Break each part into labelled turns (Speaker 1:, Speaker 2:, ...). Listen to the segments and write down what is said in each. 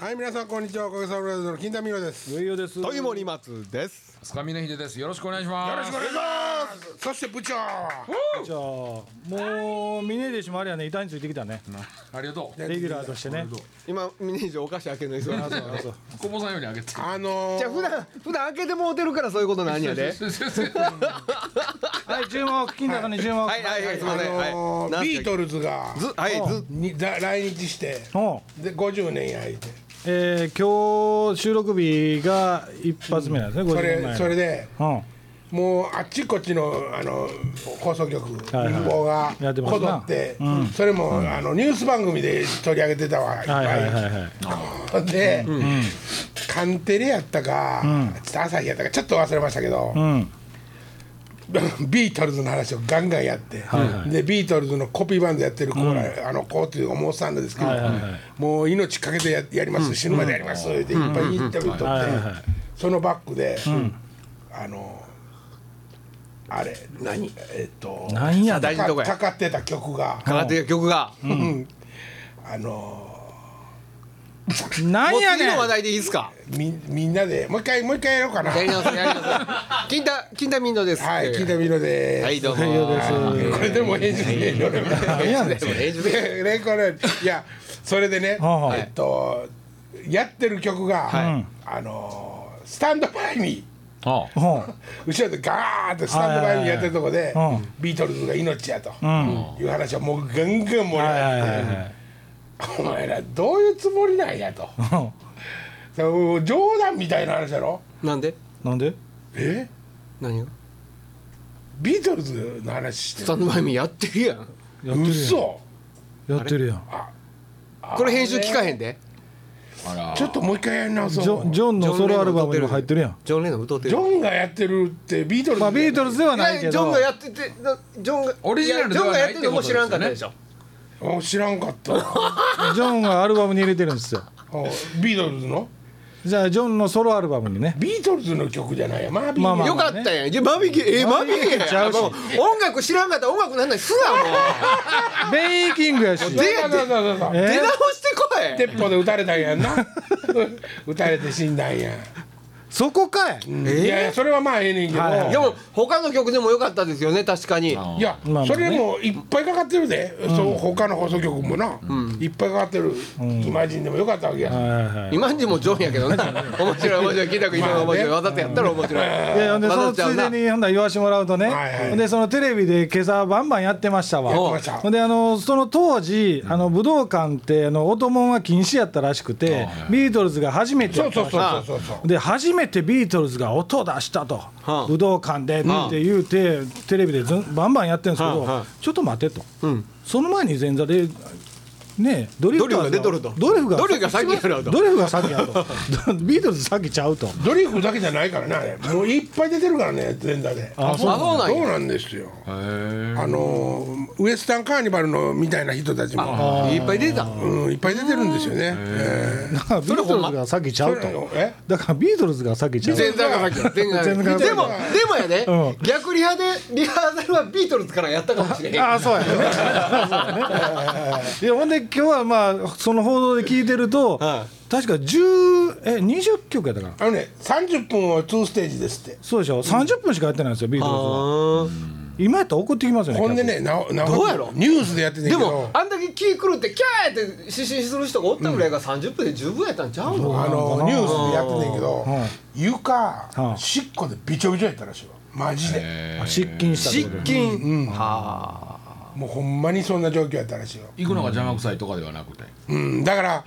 Speaker 1: はい、皆さん、こんにちは。おかげさまでの金田美桜です。よ
Speaker 2: いよです。
Speaker 3: という森松です。
Speaker 4: 塚峰秀です。よろしくお願いしま
Speaker 1: ろし
Speaker 4: す。
Speaker 1: くお願いします。そして部長。
Speaker 2: じゃあもう峰弟子もあれやね板についてきたね。
Speaker 4: ありがとう。
Speaker 2: レギュラーとしてね。
Speaker 3: 今峰岸お菓子開けるの忙しい。
Speaker 2: あそう
Speaker 4: 小坊さんよりあげて。
Speaker 1: あのー
Speaker 3: じゃあ普段普段開けてもうてるからそういうことなんやで。
Speaker 2: はい注目金田さんに注目。
Speaker 3: はいはいはいすみません。
Speaker 1: あのー
Speaker 3: はい。
Speaker 1: ビートルズが
Speaker 3: ずはいず
Speaker 1: にだ来日して、
Speaker 2: おう
Speaker 1: で50年やいて、
Speaker 2: えー、今日収録日が一発目なんですね。
Speaker 1: そ
Speaker 2: 50
Speaker 1: れ
Speaker 2: 前
Speaker 1: それで
Speaker 2: うん。
Speaker 1: もうあっちこっちのあの放送局民
Speaker 2: はい
Speaker 1: 放が
Speaker 2: やってます
Speaker 1: こ
Speaker 2: な
Speaker 1: ぞって、それも、あのニュース番組で取り上げてたわ。いっぱ
Speaker 2: はいいはいはいはい。
Speaker 1: ほんで、カンテレやったか、ちょっと朝日やったかちょっと忘れましたけど、
Speaker 2: ん
Speaker 1: ビートルズの話をガンガンやって、でビートルズのコピーバンドやってるコーラ、あのコーっていう思ってたんですけど、
Speaker 2: はいはいはい
Speaker 1: もう命かけてややります、死ぬまでやります、っていっぱいインタビュー取って、
Speaker 2: はいはいはい
Speaker 1: そのバックで、あのあれ何えっと
Speaker 2: なんやだ
Speaker 3: 大。事なとこ
Speaker 1: か
Speaker 3: や。
Speaker 1: か
Speaker 3: か
Speaker 1: かってた曲が、
Speaker 3: かってる曲が。もう
Speaker 1: あの
Speaker 2: なんや
Speaker 3: 次
Speaker 2: ねん
Speaker 3: の。話題でいいですか。
Speaker 1: みみんなでもう一回もう一回やろうかな。
Speaker 3: やり直すやり直す。金田金田ミンドです。
Speaker 1: はい、聞いてみろでーす。
Speaker 3: はいどうも。
Speaker 1: これでも編集でいいよね
Speaker 2: なんやねん。
Speaker 3: でも
Speaker 1: でねこれいやそれでね、
Speaker 2: はあはあ
Speaker 1: えっとやってる曲が、
Speaker 3: は
Speaker 1: あのースタンドバイミー
Speaker 4: あ
Speaker 2: おう
Speaker 1: 後ろでガーッとスタンドバイミーやってるとこで、
Speaker 2: はいはいはいうん
Speaker 1: ビートルズが命やと、
Speaker 2: ん
Speaker 1: いう話をもうガンガン盛り上
Speaker 2: はいは
Speaker 1: が
Speaker 2: い
Speaker 1: って、
Speaker 2: はいはい。
Speaker 1: お前らどういうつもりなんやとそう冗談みたいな話だろ
Speaker 3: なんで
Speaker 2: なんで？
Speaker 1: え
Speaker 3: 何が
Speaker 1: ビートルズの話し
Speaker 3: ス
Speaker 1: て
Speaker 3: タンドバイミーやってるやん。
Speaker 2: やって
Speaker 1: る
Speaker 2: る
Speaker 1: 嘘
Speaker 2: やん。やってるやん。
Speaker 3: これ編集聞かへんで。
Speaker 4: あら。
Speaker 1: ちょっともう一回やり直そう
Speaker 2: ジョンジョンのソロアルバムにも入ってるやん。
Speaker 3: ジョンレノン歌って
Speaker 1: ジ
Speaker 3: る。
Speaker 1: ョンがやってるってビートルズ
Speaker 2: まあビートルズではない
Speaker 3: い
Speaker 2: け
Speaker 3: や
Speaker 2: ど。
Speaker 3: ジョンがやっててなジョンが
Speaker 4: オリジナルで
Speaker 3: ジョン
Speaker 4: は
Speaker 3: が
Speaker 4: な
Speaker 3: やっ
Speaker 4: い
Speaker 3: てるのも知らんかったでしょ。
Speaker 1: あ知らんか った
Speaker 2: ジョンがアルバムに入れてるんですよ。
Speaker 1: あビートルズの
Speaker 2: じゃあジョンのソロアルバムにね。
Speaker 1: ビートルズの曲じゃないやマービー、
Speaker 2: まあまあ
Speaker 3: よかったやん。じゃあマミキえマミキやん。
Speaker 2: ちゃうし
Speaker 3: もう音楽知らんかったら音楽なんないすなも
Speaker 2: ベイキングやし。
Speaker 3: う。で
Speaker 1: そうそうそうそう
Speaker 2: え
Speaker 3: 出直してこい。
Speaker 1: 鉄砲で撃たれたんやん な撃たれて死んだんや、
Speaker 2: そこかい。
Speaker 1: いやいやそれはまあええねんけど、
Speaker 2: はいはいい
Speaker 3: でも他の曲でも良かったですよね確かに。
Speaker 4: あ
Speaker 1: や、
Speaker 2: まあまあね
Speaker 1: それもいっぱいかかってるで、そう他の放送局もな、いっぱいかかってる、イマジンでもよかったわけや、
Speaker 2: はいはい
Speaker 3: 今んじもジョンやけど ね。面白い面白い聞いたく今の面白いわざとやったら面白い。
Speaker 2: いやほんで
Speaker 3: ま
Speaker 2: そ
Speaker 3: だ
Speaker 2: のつ
Speaker 3: ちゃう
Speaker 2: い
Speaker 3: な
Speaker 2: でにほんなら言わしてもらうとね、
Speaker 1: はいはい
Speaker 2: ほんでそのテレビで今朝バンバンやってましたわ
Speaker 1: やってました
Speaker 2: ほんであのその当時あの武道館ってあの音もんは禁止やったらしくてビートルズが初めて
Speaker 1: そ
Speaker 2: や
Speaker 1: う
Speaker 2: った
Speaker 1: そう
Speaker 2: らし
Speaker 1: そ
Speaker 2: いう
Speaker 1: そうそう
Speaker 2: で初めてビートルズが音を出したと、
Speaker 3: あ
Speaker 2: 武道館でって言うて、テレビでずんバンバンやってるんですけど、
Speaker 3: はあはあ
Speaker 2: ちょっと待てと、
Speaker 3: ん
Speaker 2: その前に前座でねドリ
Speaker 3: ド
Speaker 2: フ
Speaker 3: リ
Speaker 2: タ
Speaker 3: フ
Speaker 2: ー
Speaker 3: が
Speaker 2: ズ
Speaker 3: 出とると。
Speaker 2: ドリフが
Speaker 3: ドリフが先やろうと。
Speaker 2: ドリフが先 やとビートルズ先ちゃうと
Speaker 1: ドリフだけじゃないからねあれもういっぱい出てるからね前座で
Speaker 2: あ
Speaker 3: あそうなん
Speaker 1: そう
Speaker 3: や。
Speaker 1: なんですよ
Speaker 4: へー
Speaker 1: あのウエスタンカーニバルのみたいな人たちも、
Speaker 3: いっぱい出た。
Speaker 1: うん、いっぱい出てるんですよね、え
Speaker 2: だからビートルズが先ちゃう
Speaker 1: ー
Speaker 2: と
Speaker 1: え
Speaker 2: だからビートルズが先ちゃう
Speaker 3: 前座が先や。前座が先
Speaker 2: 前座が先
Speaker 3: でもでもやで
Speaker 2: う。
Speaker 3: 逆リハでリハーサルはビートルズからやったかもしれへん。
Speaker 2: ああ そうやねそうやねいやほんで今日はまあその報道で聞いてると
Speaker 3: は
Speaker 2: 確か10え20曲やったかな
Speaker 1: あのね30分を2ステージですって
Speaker 2: そうでしょ30分しかやってないんですよビートルズは
Speaker 3: あー
Speaker 2: 今やったら怒ってきますよね
Speaker 1: ほんでねなおなお
Speaker 3: どうやろ
Speaker 1: ニュースでやってて
Speaker 3: で
Speaker 1: け
Speaker 3: も
Speaker 1: ど
Speaker 3: あんだけ気狂ってキャーって失神する人がおったぐらいが30分で十分やったんちゃうの
Speaker 1: あのニュースでやっててんけど
Speaker 2: うん
Speaker 1: 床
Speaker 2: うん
Speaker 1: しっこでびちょびちょやったらしいわマジで
Speaker 2: 客あ失禁したって
Speaker 3: 失
Speaker 2: こと
Speaker 3: 禁、はあ
Speaker 1: もうほんまにそんな状況やったらしいよ、
Speaker 4: 行くのが邪魔くさいとかではなくて。
Speaker 1: うん、だから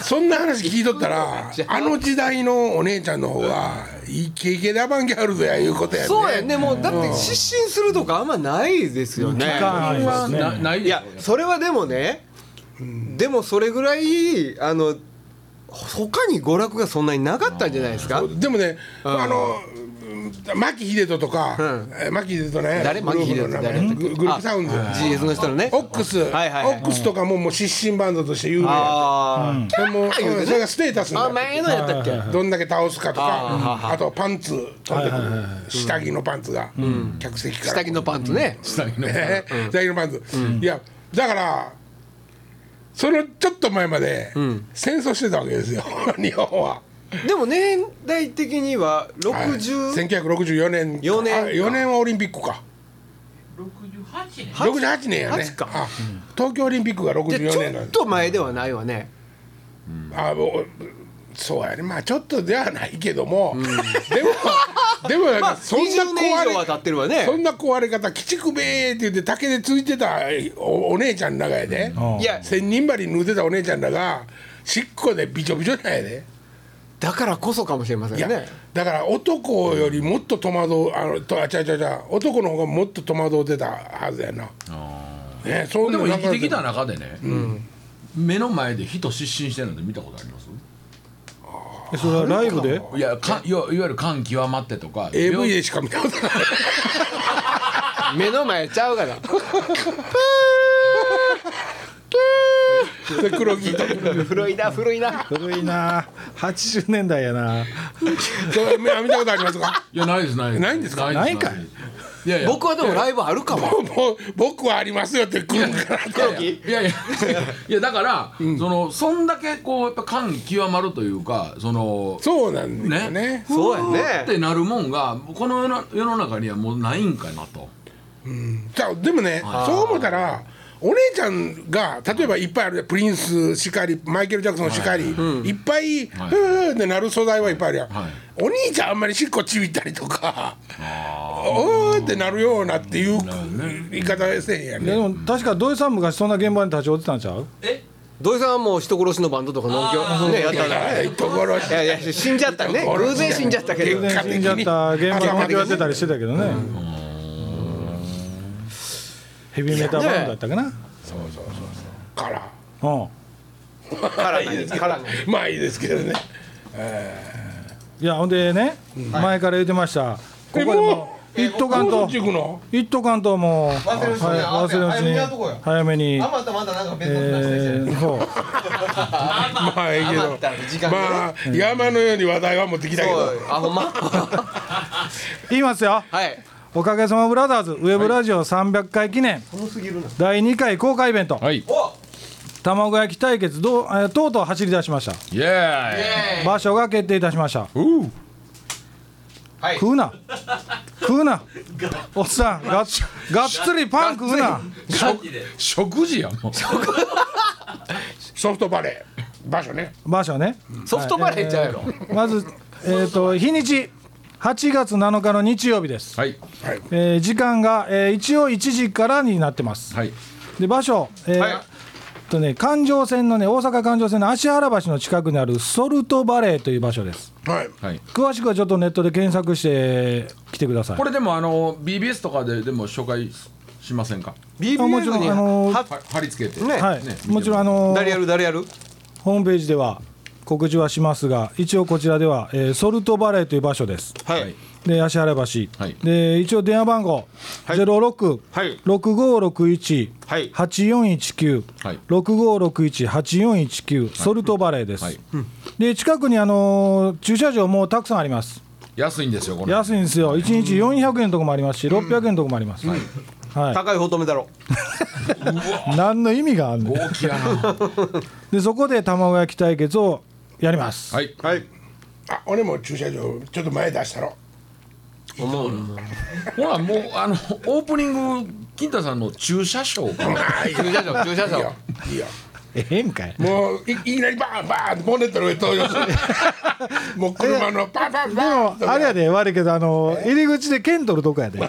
Speaker 1: そんな話聞いとったらあの時代のお姉ちゃんの方がイケイケでアバンギャルドやいうことやね
Speaker 3: そうやねもうだって失神するとかあんまないですよね
Speaker 2: 聞かないですね
Speaker 4: なない
Speaker 3: いやそれはでもね、でもそれぐらいあの他に娯楽がそんなになかったんじゃないですか
Speaker 1: でもね、あの牧秀人とか、
Speaker 3: うん
Speaker 1: え牧秀人ね
Speaker 3: 誰
Speaker 1: グループの名前
Speaker 3: 牧秀人誰
Speaker 1: ググループサウンド
Speaker 3: あ GS の人のね
Speaker 1: オックス、
Speaker 3: はいはいはい
Speaker 1: オックスとかももう失神バンドとして有名や
Speaker 3: あ
Speaker 1: でも、うんそれがステータスにな
Speaker 3: あ、あ
Speaker 1: ってる
Speaker 3: 前のやったっけ、
Speaker 1: どんだけ倒すかと
Speaker 3: あーは
Speaker 1: かあとパンツ飛んでくる下着のパンツが客席から
Speaker 3: 下着のパンツね、
Speaker 4: 下着の。
Speaker 1: ね下着のパンツいやだからそのちょっと前まで
Speaker 3: ん
Speaker 1: 戦争してたわけですよ 日本は。
Speaker 3: でも年代的には
Speaker 1: はい
Speaker 3: 60
Speaker 1: 1964年
Speaker 3: 四年
Speaker 1: あ四年はオリンピックか
Speaker 5: 68年
Speaker 3: 八
Speaker 1: 68年やね
Speaker 3: 八か
Speaker 1: あ東京オリンピックが64
Speaker 3: でち
Speaker 1: 年
Speaker 3: ょ
Speaker 1: なん
Speaker 3: っ
Speaker 1: で
Speaker 3: と前ではないわね
Speaker 1: あもうそうやねまあちょっとではないけども、でもでもなん
Speaker 3: ま
Speaker 1: か
Speaker 3: あ
Speaker 1: そんな
Speaker 3: 20年以上は
Speaker 1: 壊
Speaker 3: 経
Speaker 1: れ
Speaker 3: ってるわね
Speaker 1: そんな壊れ方「鬼畜べー」って言って竹でついてたおお姉ちゃんらがやで、
Speaker 2: うん
Speaker 3: いや
Speaker 1: 千人針縫うてたお姉ちゃんらがしっこでびちょびちょなんやで。
Speaker 3: だからこそかもしれませ
Speaker 1: いや
Speaker 3: んね
Speaker 1: だから男よりもっと戸惑うあのとあちゃうちゃうちゃう男の方がもっと戸惑うてたはずやな。ね、そんな
Speaker 4: でも生きてき
Speaker 1: な
Speaker 4: た
Speaker 1: んか
Speaker 4: 中でね、目の前で人失神してるのって見たことあります
Speaker 2: えそれはライブで
Speaker 4: いやかいわいわゆる感極まってとか
Speaker 1: AV でしか見たことない。
Speaker 3: 目の前ちゃうから
Speaker 1: で黒木 と
Speaker 3: 古いな古いな
Speaker 2: 古いな80年代やな
Speaker 1: そう見見たことありますか
Speaker 4: いやないですないです
Speaker 1: ないんですか
Speaker 2: ないんかい
Speaker 4: ですいやいや
Speaker 3: 僕はでもライブあるかも
Speaker 1: もう僕はありますよって来るから
Speaker 3: 黒木
Speaker 4: いやいやいやだから、そのそんだけこうやっぱ感極まるというかその
Speaker 1: そうなんだよね
Speaker 4: ね
Speaker 3: そうや
Speaker 4: っ
Speaker 3: ね
Speaker 4: てなるもんがこの世の世の中にはもうないんかなと
Speaker 1: じゃあでもねそう思ったらお姉ちゃんが例えばいっぱいあるプリンスしかりマイケル・ジャクソンしかり、いっぱい、
Speaker 4: はい
Speaker 1: ふーってなる素材はいっぱいあるやん、
Speaker 4: はい
Speaker 1: お兄ちゃんあんまりしっこちびったりとかおーってなるようなっていう言い方せえへんや
Speaker 2: いや
Speaker 1: ね
Speaker 2: でも確か土井さん昔そんな現場に立ち寄ってたんちゃう
Speaker 5: え
Speaker 3: 土井さんはもう人殺しのバンドとかのんきょねやったからね
Speaker 1: ところし
Speaker 3: いやいや死んじゃったね偶然死んじゃったけ
Speaker 1: 偶
Speaker 3: ど
Speaker 1: 然
Speaker 2: 死んじゃった現場に立ち寄ってたりしてたけどねヘビメタバンドやったかな
Speaker 1: そうそうそうそうから
Speaker 2: うん
Speaker 3: からないからない
Speaker 1: まあいいですけどね
Speaker 2: いやほんでね前から言ってましたここ
Speaker 1: え
Speaker 2: でも
Speaker 1: も
Speaker 2: う一斗缶
Speaker 1: ど
Speaker 2: と
Speaker 1: っち行くの
Speaker 2: 一斗缶ともう
Speaker 6: 忘れる人ね
Speaker 2: はい忘れるうち
Speaker 6: 早めにやっとこうよ
Speaker 2: に早めに
Speaker 6: あまたまたなんか別の話で
Speaker 2: えーそう
Speaker 1: まあいいけ
Speaker 6: 余った時
Speaker 1: ど
Speaker 6: 間がね
Speaker 1: まあ山のように話題は持ってきたけど
Speaker 3: そうあほんまは
Speaker 2: 言いますよ
Speaker 3: い
Speaker 2: おかげさまブラザーズウェブラジオ300回記念第2回公開イベント
Speaker 4: はいイ
Speaker 2: 卵焼き対決どうえーとうとう走り出しました
Speaker 4: エーイ
Speaker 2: 場所が決定いたしました
Speaker 4: う
Speaker 6: はい
Speaker 2: 食うな食うなおっさんがっがっつりパン食うな
Speaker 5: マジで
Speaker 4: 食事やもう
Speaker 1: ソフトバレー場所ね
Speaker 2: 場所ね
Speaker 3: ソフトバレーちゃうやろ
Speaker 2: まずえっと日にち8月7日の日曜日です
Speaker 4: はい
Speaker 1: はい
Speaker 2: えー時間がえー一応1時からになってます
Speaker 4: はい
Speaker 2: で場所えー
Speaker 3: はい
Speaker 2: とね環状線のね大阪環状線の芦原橋の近くにあるソルトバレーという場所です
Speaker 1: はい
Speaker 4: はい
Speaker 2: 詳しくはちょっとネットで検索して来てください
Speaker 4: これでもあの BBS とかででも紹介しませんか
Speaker 3: BBS に
Speaker 2: あのー
Speaker 3: は
Speaker 4: は貼り付けて
Speaker 3: ね
Speaker 2: はい、
Speaker 4: ね
Speaker 2: もちろんあのー
Speaker 3: 誰やる誰やる
Speaker 2: ホームページでは告知はしますが一応こちらでは、えーソルトバレーという場所です
Speaker 3: はい
Speaker 2: で芦原橋、
Speaker 4: はい
Speaker 2: で一応電話番号、06
Speaker 3: はい
Speaker 2: 六五六一
Speaker 3: はい
Speaker 2: 八四一九
Speaker 4: はい
Speaker 2: 六五六一八四一九ソルトバレーです、
Speaker 4: はい
Speaker 2: で近くにあのー駐車場もたくさんあります
Speaker 4: 安いんですよこれ
Speaker 2: 安いんですよ1日400円のとこもありますし600円のとこもあります、はい
Speaker 3: 高い乙女だろ
Speaker 2: 何の意味があるの
Speaker 4: 大きいやな
Speaker 2: でそこで卵焼き対決をやります、
Speaker 4: はい
Speaker 3: はい
Speaker 1: あ俺も駐車場ちょっと前出したろ
Speaker 3: 思う
Speaker 4: ほらもうあのオープニング金太さんの駐車ショ ーから
Speaker 3: 駐車場駐車
Speaker 1: いいよ
Speaker 3: 場
Speaker 1: いいよ
Speaker 2: ええんかい
Speaker 1: もういいきなりバーンバーンボンネットの上通りま すもう車のバンバン
Speaker 2: で
Speaker 1: バ
Speaker 2: も
Speaker 1: ン
Speaker 2: あれやで悪いけどあの入り口で剣取るとこやでガ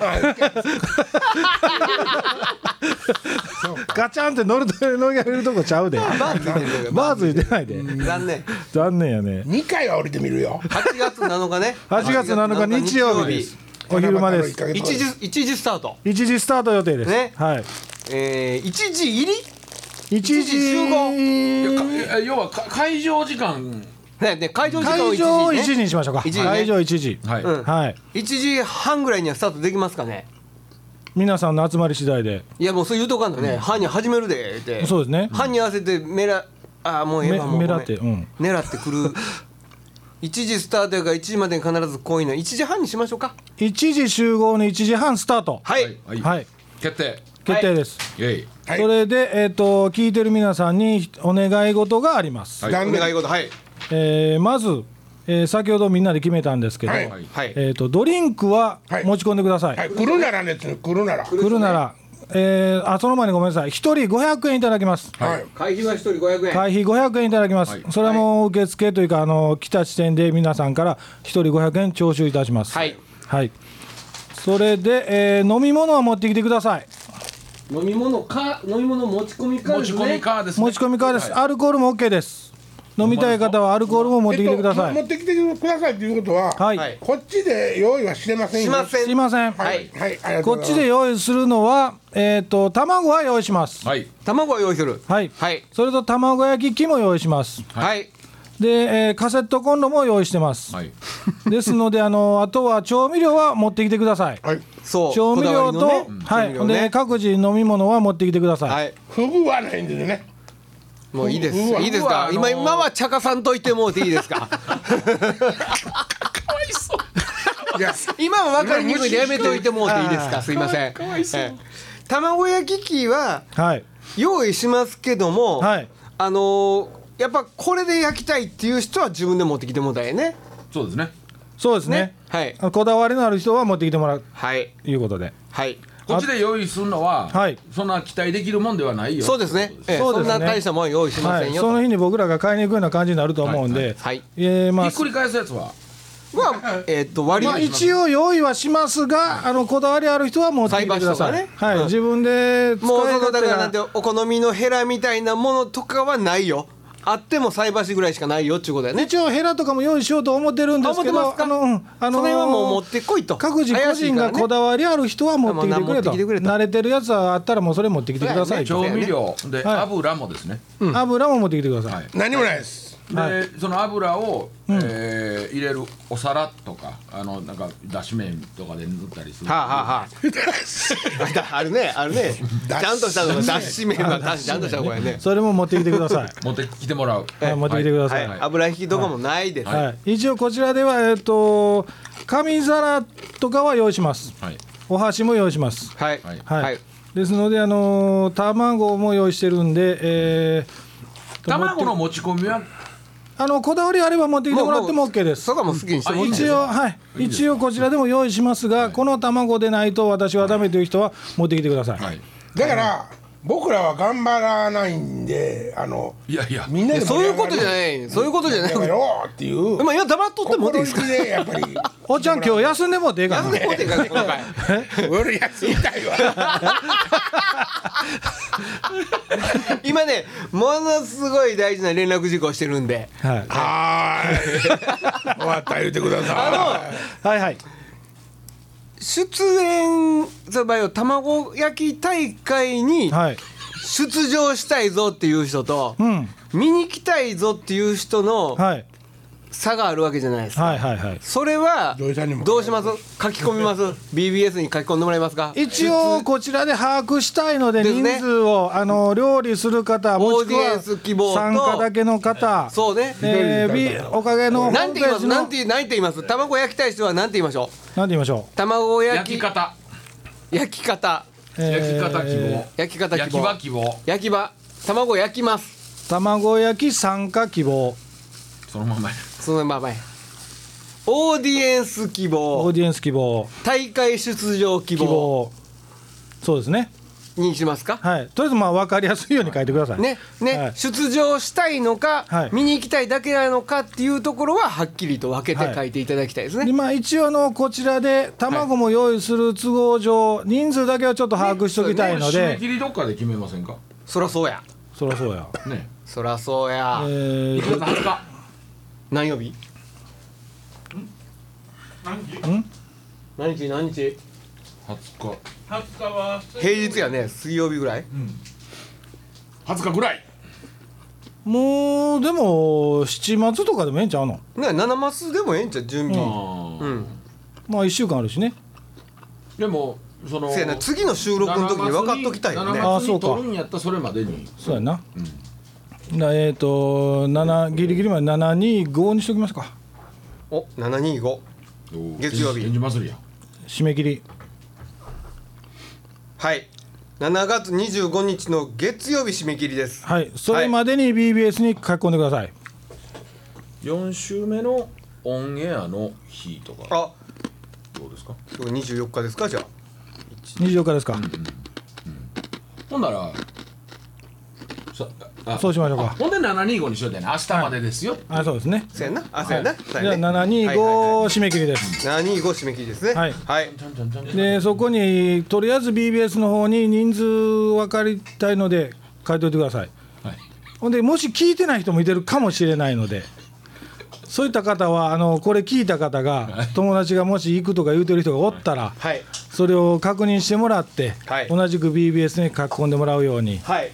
Speaker 2: チャンって乗ると 乗り上げるとこちゃうでバーついてないで
Speaker 3: 残念
Speaker 2: 残念やね
Speaker 1: 2回は降りてみるよ
Speaker 3: 8月7日 ね
Speaker 2: 8月7日日曜日ですお昼間です
Speaker 1: 7
Speaker 3: 1
Speaker 1: 月の一ヶ月
Speaker 3: 時1時スタート
Speaker 2: 1時スタート予定です、
Speaker 3: ね
Speaker 2: はい
Speaker 3: えー1時入り
Speaker 2: 1時
Speaker 3: 集
Speaker 4: いやかいや要はか会場時間
Speaker 3: ねね会場時間を
Speaker 2: 会場を1時
Speaker 3: 1時ね
Speaker 2: にしましょうか、
Speaker 3: 1時ね
Speaker 2: 会場1時
Speaker 4: はい、
Speaker 3: うん
Speaker 2: はい
Speaker 3: 1時半ぐらいにはスタートできますかね
Speaker 2: 皆さんの集まり次第で
Speaker 3: いやもうそう言うとかんとね「班に始めるで」って
Speaker 2: そうですね
Speaker 3: 班に合わせてメラあーもうええ
Speaker 2: め
Speaker 3: わもう
Speaker 2: 目
Speaker 3: ごめん
Speaker 2: 立ってうん
Speaker 3: 狙って くる1時スタートやから1時までに必ずこういうの1時半にしましょうか
Speaker 2: 1時集合の1時半スタート
Speaker 3: はい、
Speaker 4: はい
Speaker 2: はい
Speaker 4: 決定
Speaker 2: 決定です、
Speaker 4: えい
Speaker 1: はい
Speaker 2: それで、えー、と聞いてる皆さんにお願い事があります、
Speaker 4: はい
Speaker 1: なん
Speaker 3: お
Speaker 1: で
Speaker 3: 願い事はい
Speaker 2: えーまず、えー先ほどみんなで決めたんですけど、
Speaker 1: はい
Speaker 3: はい
Speaker 2: えー、とドリンクは
Speaker 1: はい
Speaker 2: 持ち込んでください、
Speaker 1: はい、来るならね、来るなら。
Speaker 2: 来るなら、えーあその前にごめんなさい1人500円いただきます
Speaker 1: はい。
Speaker 3: 会費は一人500円
Speaker 2: 会費500円いただきます、
Speaker 4: はい
Speaker 2: それはもう受付というかあの来た時点で皆さんから1人500円徴収いたします
Speaker 3: はい、
Speaker 2: はいそれで、えー飲み物は持ってきてください
Speaker 3: 飲み物か飲み物持ち込みか
Speaker 4: 持
Speaker 3: で
Speaker 4: ち
Speaker 3: す
Speaker 4: 込
Speaker 3: ね
Speaker 4: みカーですね
Speaker 2: 持ち込みからです、
Speaker 4: はい
Speaker 2: アルコールも OK です飲みたい方はアルコールも持ってきてくださ
Speaker 1: えっ
Speaker 2: い、
Speaker 1: と持ってきてくださいということは、
Speaker 2: はい、
Speaker 3: はい
Speaker 1: こっちで用意はしてません
Speaker 3: し
Speaker 1: よね
Speaker 3: ませ
Speaker 2: すい
Speaker 3: ん
Speaker 2: ません、
Speaker 1: はい。はい。ありがとうご
Speaker 2: こっ
Speaker 1: ざい
Speaker 2: ち
Speaker 1: ます
Speaker 2: で用意するのはえっ、と卵は用意します
Speaker 4: はい
Speaker 3: 卵は用意する
Speaker 2: はい、
Speaker 3: はい
Speaker 2: それと卵焼き器も用意します
Speaker 3: はい
Speaker 2: で、えーカセットコンロも用意してます、
Speaker 4: はい
Speaker 2: ですのであのあとは調味料は持ってきてください
Speaker 1: はい。
Speaker 3: そう
Speaker 2: 調味料と、
Speaker 3: こだわ
Speaker 2: は
Speaker 3: り
Speaker 2: い、
Speaker 3: のね調味料
Speaker 2: で
Speaker 3: ね
Speaker 2: 各自飲み物は持ってきてください、
Speaker 3: はい
Speaker 1: ふぐはないんですね。
Speaker 3: もういいです
Speaker 1: うわ
Speaker 3: いいです
Speaker 4: うわ
Speaker 3: か
Speaker 4: あのー
Speaker 3: 今今は茶化さんといてもうていいですか
Speaker 1: いや、
Speaker 3: 今は分かりにくいんでやめといてもうていいですかすいませんええ卵焼き器は
Speaker 2: はい
Speaker 3: 用意しますけども、
Speaker 2: はい
Speaker 3: あのーやっぱこれで焼きたいっていう人は自分で持ってきてもらえね
Speaker 4: そうですね
Speaker 2: そうですね
Speaker 3: はい
Speaker 2: こだわりのある人は持ってきてもらう
Speaker 3: はい
Speaker 2: ということで
Speaker 3: はい
Speaker 4: こっちで用意するのは、
Speaker 2: はい
Speaker 4: そんな期待できるもんではないよ
Speaker 3: そうですねええ
Speaker 2: そう
Speaker 3: そ
Speaker 2: です
Speaker 3: ん
Speaker 2: ね
Speaker 3: な大したもんは用意しま
Speaker 2: は
Speaker 3: せん
Speaker 2: い、
Speaker 3: よ
Speaker 2: そ
Speaker 3: と、
Speaker 2: の日に僕らが買いに行くような感じになると思うんで、
Speaker 3: はい
Speaker 2: えーま
Speaker 4: ひ
Speaker 2: あ
Speaker 4: っくり返すやつは
Speaker 3: まあえっと割り
Speaker 2: まあ、一応用意はしますが、あのこだわりある人は持ってきてください。
Speaker 3: 裁判所とかね
Speaker 2: はい、
Speaker 3: うん
Speaker 2: 自分で使い
Speaker 3: もうその
Speaker 2: 勝
Speaker 3: だ
Speaker 2: 手
Speaker 3: から
Speaker 2: な
Speaker 3: なんてお好みのヘラみたいなものとかはないよあっても菜箸ぐらいしかないよっちゅうことだよね
Speaker 2: 一応ヘラとかも用意しようと思ってるんですけど、
Speaker 3: あ思ってますか
Speaker 2: うん
Speaker 3: その辺はもう持ってこいと
Speaker 2: 各自個
Speaker 3: 怪しい
Speaker 2: 人
Speaker 3: から
Speaker 2: が
Speaker 3: ね
Speaker 2: こだわりある人は持ってきて
Speaker 3: まあまあ
Speaker 2: くれ
Speaker 3: 持
Speaker 2: と、
Speaker 3: ってきてくれと
Speaker 2: 慣れてるやつはあったらもうそれ持ってきてください
Speaker 3: そ
Speaker 2: と、
Speaker 3: う
Speaker 4: 調味料で、
Speaker 2: はい
Speaker 4: 油もですね
Speaker 2: うん油も持ってきてください。
Speaker 4: はい
Speaker 1: 何もないです。
Speaker 4: で、その油を、えー入れるお皿とかあのなんかだし麺とかで塗ったりする
Speaker 3: はあはあはあだ あるねあるねちゃんとしたのだし麺はちゃんとしたのこれね
Speaker 2: それも持ってきてください。
Speaker 4: 持ってきてもらう、
Speaker 2: はい持ってきてくださ
Speaker 3: はいい油引きとかもないで す
Speaker 2: はい、一応こちらではえっ、と紙皿とかは用意します。
Speaker 4: はい
Speaker 2: お箸も用意します。
Speaker 3: はい
Speaker 4: はい
Speaker 2: はい、
Speaker 3: はい
Speaker 2: ですので、あのー卵も用意してるんで、えー
Speaker 4: 卵の
Speaker 2: 持って
Speaker 4: 持ち込みは
Speaker 2: あのこだわりあれば持ってきてもらっても OK です
Speaker 3: そ。こはもう好きにして
Speaker 4: あ
Speaker 3: も
Speaker 4: いいね
Speaker 2: 一応はい、
Speaker 4: いいです
Speaker 2: 一応こちらでも用意しますが、この卵でないと私はダメという人は持ってきてください。
Speaker 4: はい
Speaker 1: だから、僕らは頑張らないんで、あの、
Speaker 4: いやいや
Speaker 1: みんなで
Speaker 3: そう
Speaker 1: 盛り
Speaker 3: い
Speaker 1: 上
Speaker 3: う
Speaker 1: が
Speaker 3: こ
Speaker 1: る
Speaker 3: とじゃないそういうことじゃない
Speaker 1: やめろーっていう。
Speaker 3: 今今黙っとってもうてい
Speaker 1: 心
Speaker 3: い
Speaker 1: 意
Speaker 3: で
Speaker 1: 気
Speaker 3: すか
Speaker 1: でやっぱり。
Speaker 2: おっちゃん今日休んでもうてええか
Speaker 3: や
Speaker 2: な。
Speaker 3: めていいですか今回
Speaker 1: 俺休みたいわ。
Speaker 3: 今ねものすごい大事な連絡事項してるんで
Speaker 2: はい
Speaker 1: はーい。終わったら言ってくださ
Speaker 2: はいはい
Speaker 3: 出演その場合は卵焼き大会に
Speaker 2: はい。
Speaker 3: 出場したいぞっていう人と、
Speaker 2: うん
Speaker 3: 見に来たいぞっていう人の
Speaker 2: はい
Speaker 3: 差があるわけじゃないですか、
Speaker 2: はいはいはい。
Speaker 3: それは
Speaker 1: 土井さんにも
Speaker 3: どうします書き込みます BBS に書き込んでもらえますか
Speaker 2: 一応こちらで把握したいので
Speaker 3: です
Speaker 2: 人
Speaker 3: ね
Speaker 2: 数を、あの料理する方もしく
Speaker 3: オーディエンス希
Speaker 2: は
Speaker 3: 望と
Speaker 2: 参加だけの方、
Speaker 3: そうね
Speaker 2: えー、びおかげのホ
Speaker 3: な
Speaker 2: ー
Speaker 3: ん
Speaker 2: ム
Speaker 3: て
Speaker 2: ペ
Speaker 3: 言いま
Speaker 2: ー
Speaker 3: す
Speaker 2: ジ
Speaker 3: な
Speaker 2: の
Speaker 3: んて言いなんて言います卵焼きたい人はなんて言いましょう
Speaker 2: なんて言いましょ
Speaker 3: 卵焼
Speaker 4: 焼
Speaker 3: き
Speaker 4: き方
Speaker 3: 焼き方
Speaker 2: う、
Speaker 4: 焼き方希
Speaker 2: え
Speaker 4: 望
Speaker 2: ー
Speaker 3: 焼き方希望
Speaker 4: 焼き場希望
Speaker 3: 焼き場卵焼きます
Speaker 2: 卵焼き参加希望
Speaker 4: そのままや
Speaker 3: そのままやオーディエンス希
Speaker 2: オー
Speaker 3: 望
Speaker 2: ディエンス希望
Speaker 3: 大会出場希
Speaker 2: 希
Speaker 3: 望
Speaker 2: 望そうですね
Speaker 3: にしますか
Speaker 2: はいとりあえずまあ分かりやすいように書いてください
Speaker 3: ねね、
Speaker 2: はい
Speaker 3: 出場したいのか、
Speaker 2: はい
Speaker 3: 見に行きたいだけなのかっていうところははっきりと分けて書いていただきたいですね、
Speaker 2: でまあ一応あのこちらで卵も用意する都合上人数だけはちょっと把握しておきたいの
Speaker 4: 締め
Speaker 2: で
Speaker 4: 切りどっかで決めませんか
Speaker 3: そらそうや
Speaker 2: そりゃそうや
Speaker 4: ね
Speaker 3: そらそう
Speaker 2: え
Speaker 3: や、
Speaker 2: ー
Speaker 4: 2月20日
Speaker 3: 何曜日何日何日
Speaker 4: 20日
Speaker 5: 20日は
Speaker 3: 平日やね水曜日ぐらい
Speaker 4: 20日ぐらい
Speaker 2: もうでも7月とかでもええんちゃうの
Speaker 3: ね7マスでもええんちゃう準備
Speaker 4: あ
Speaker 3: う
Speaker 4: あ
Speaker 3: ん、
Speaker 2: まあ1週間あるしね
Speaker 4: でもその
Speaker 3: せやな次の収録の時に分かっときたいよね
Speaker 2: あ
Speaker 4: 7月に取るんやったらそれまでに
Speaker 2: そうやな、だえっ、と7ギリギリまで725にしときますか
Speaker 3: お725
Speaker 4: おー
Speaker 3: 月曜日
Speaker 4: 源氏祭りや
Speaker 2: 締め切り
Speaker 3: はい7月25日の月曜日締め切りです
Speaker 2: はい、それまでに BBS に書き込んでください。
Speaker 4: 4週目のオンエアの日とか
Speaker 3: あ
Speaker 4: どうですか
Speaker 3: 今日24日ですかじゃあ
Speaker 2: 24日ですか。
Speaker 4: ほんならそあ
Speaker 2: そうしましょうか
Speaker 4: あほんで725にしようだよね明日までですよ、
Speaker 2: あ、そうですね。
Speaker 3: そやなあそうやな、
Speaker 2: じ
Speaker 3: そ
Speaker 2: ゃあ
Speaker 3: うやね
Speaker 2: 725締め切りです。
Speaker 3: はいはいはい、725締め切りですね
Speaker 2: はい
Speaker 3: はい
Speaker 2: で、そこにとりあえず BBS の方に人数分かりたいので書いておいてください。
Speaker 4: はい
Speaker 2: ほんでもし聞いてない人もいてるかもしれないので。そういった方はあのこれ聞いた方が友達がもし行くとか言うてる人がおったら
Speaker 3: はい
Speaker 2: それを確認してもらって
Speaker 3: はい
Speaker 2: 同じく BBS に書き込んでもらうように
Speaker 3: はい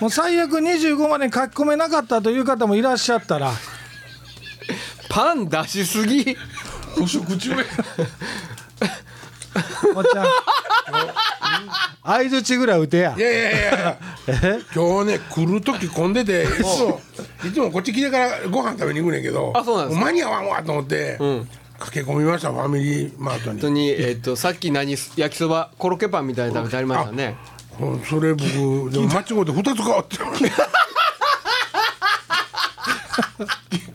Speaker 2: もう最悪25まで書き込めなかったという方もいらっしゃったら
Speaker 3: パン出しすぎ
Speaker 4: 捕食中や
Speaker 2: おっち ゃん相づちぐらい打てや
Speaker 1: いやいやいやいや
Speaker 2: え
Speaker 1: 今日ね来る時混んでていつもいつもこっち来てからご飯食べに行くねんけど
Speaker 3: あそうなんですか
Speaker 1: 間に合わんわと思って、駆け込みましたファミリーマートに
Speaker 3: 本当に、えっと、さっき何焼きそばコロッケパンみたいなの食べてありましたね
Speaker 1: こそれ僕でも間違うて2つ買おうって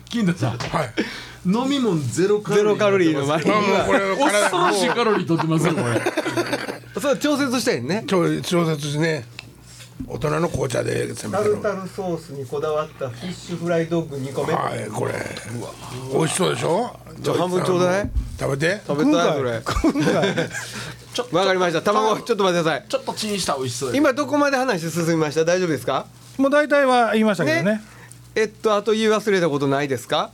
Speaker 4: 金田さん
Speaker 1: はい
Speaker 4: 飲み物ゼロカ
Speaker 3: ゼロカロリーの割に
Speaker 1: まあもうこ
Speaker 3: は
Speaker 1: れ体
Speaker 4: 恐ろしい
Speaker 1: も
Speaker 4: カロリー取ってますよこれ
Speaker 3: それ調節したいね
Speaker 1: う調節してね大人の紅茶で攻
Speaker 6: タ
Speaker 1: めて
Speaker 6: ル
Speaker 1: る
Speaker 6: タルソースにこだわったフィッシュフライドッグ2個目
Speaker 1: はいこれ美味しそうでしょ
Speaker 3: じゃあ半分ちょうだい
Speaker 1: 食べて
Speaker 3: 食べたいそれわかりました卵ちょっと待ってください
Speaker 4: ちょっとチンした美味しそうや
Speaker 3: 今どこまで話進みました大丈夫ですか
Speaker 2: もう大体は言いましたけどね
Speaker 3: ねえっとあと言い忘れたことないですか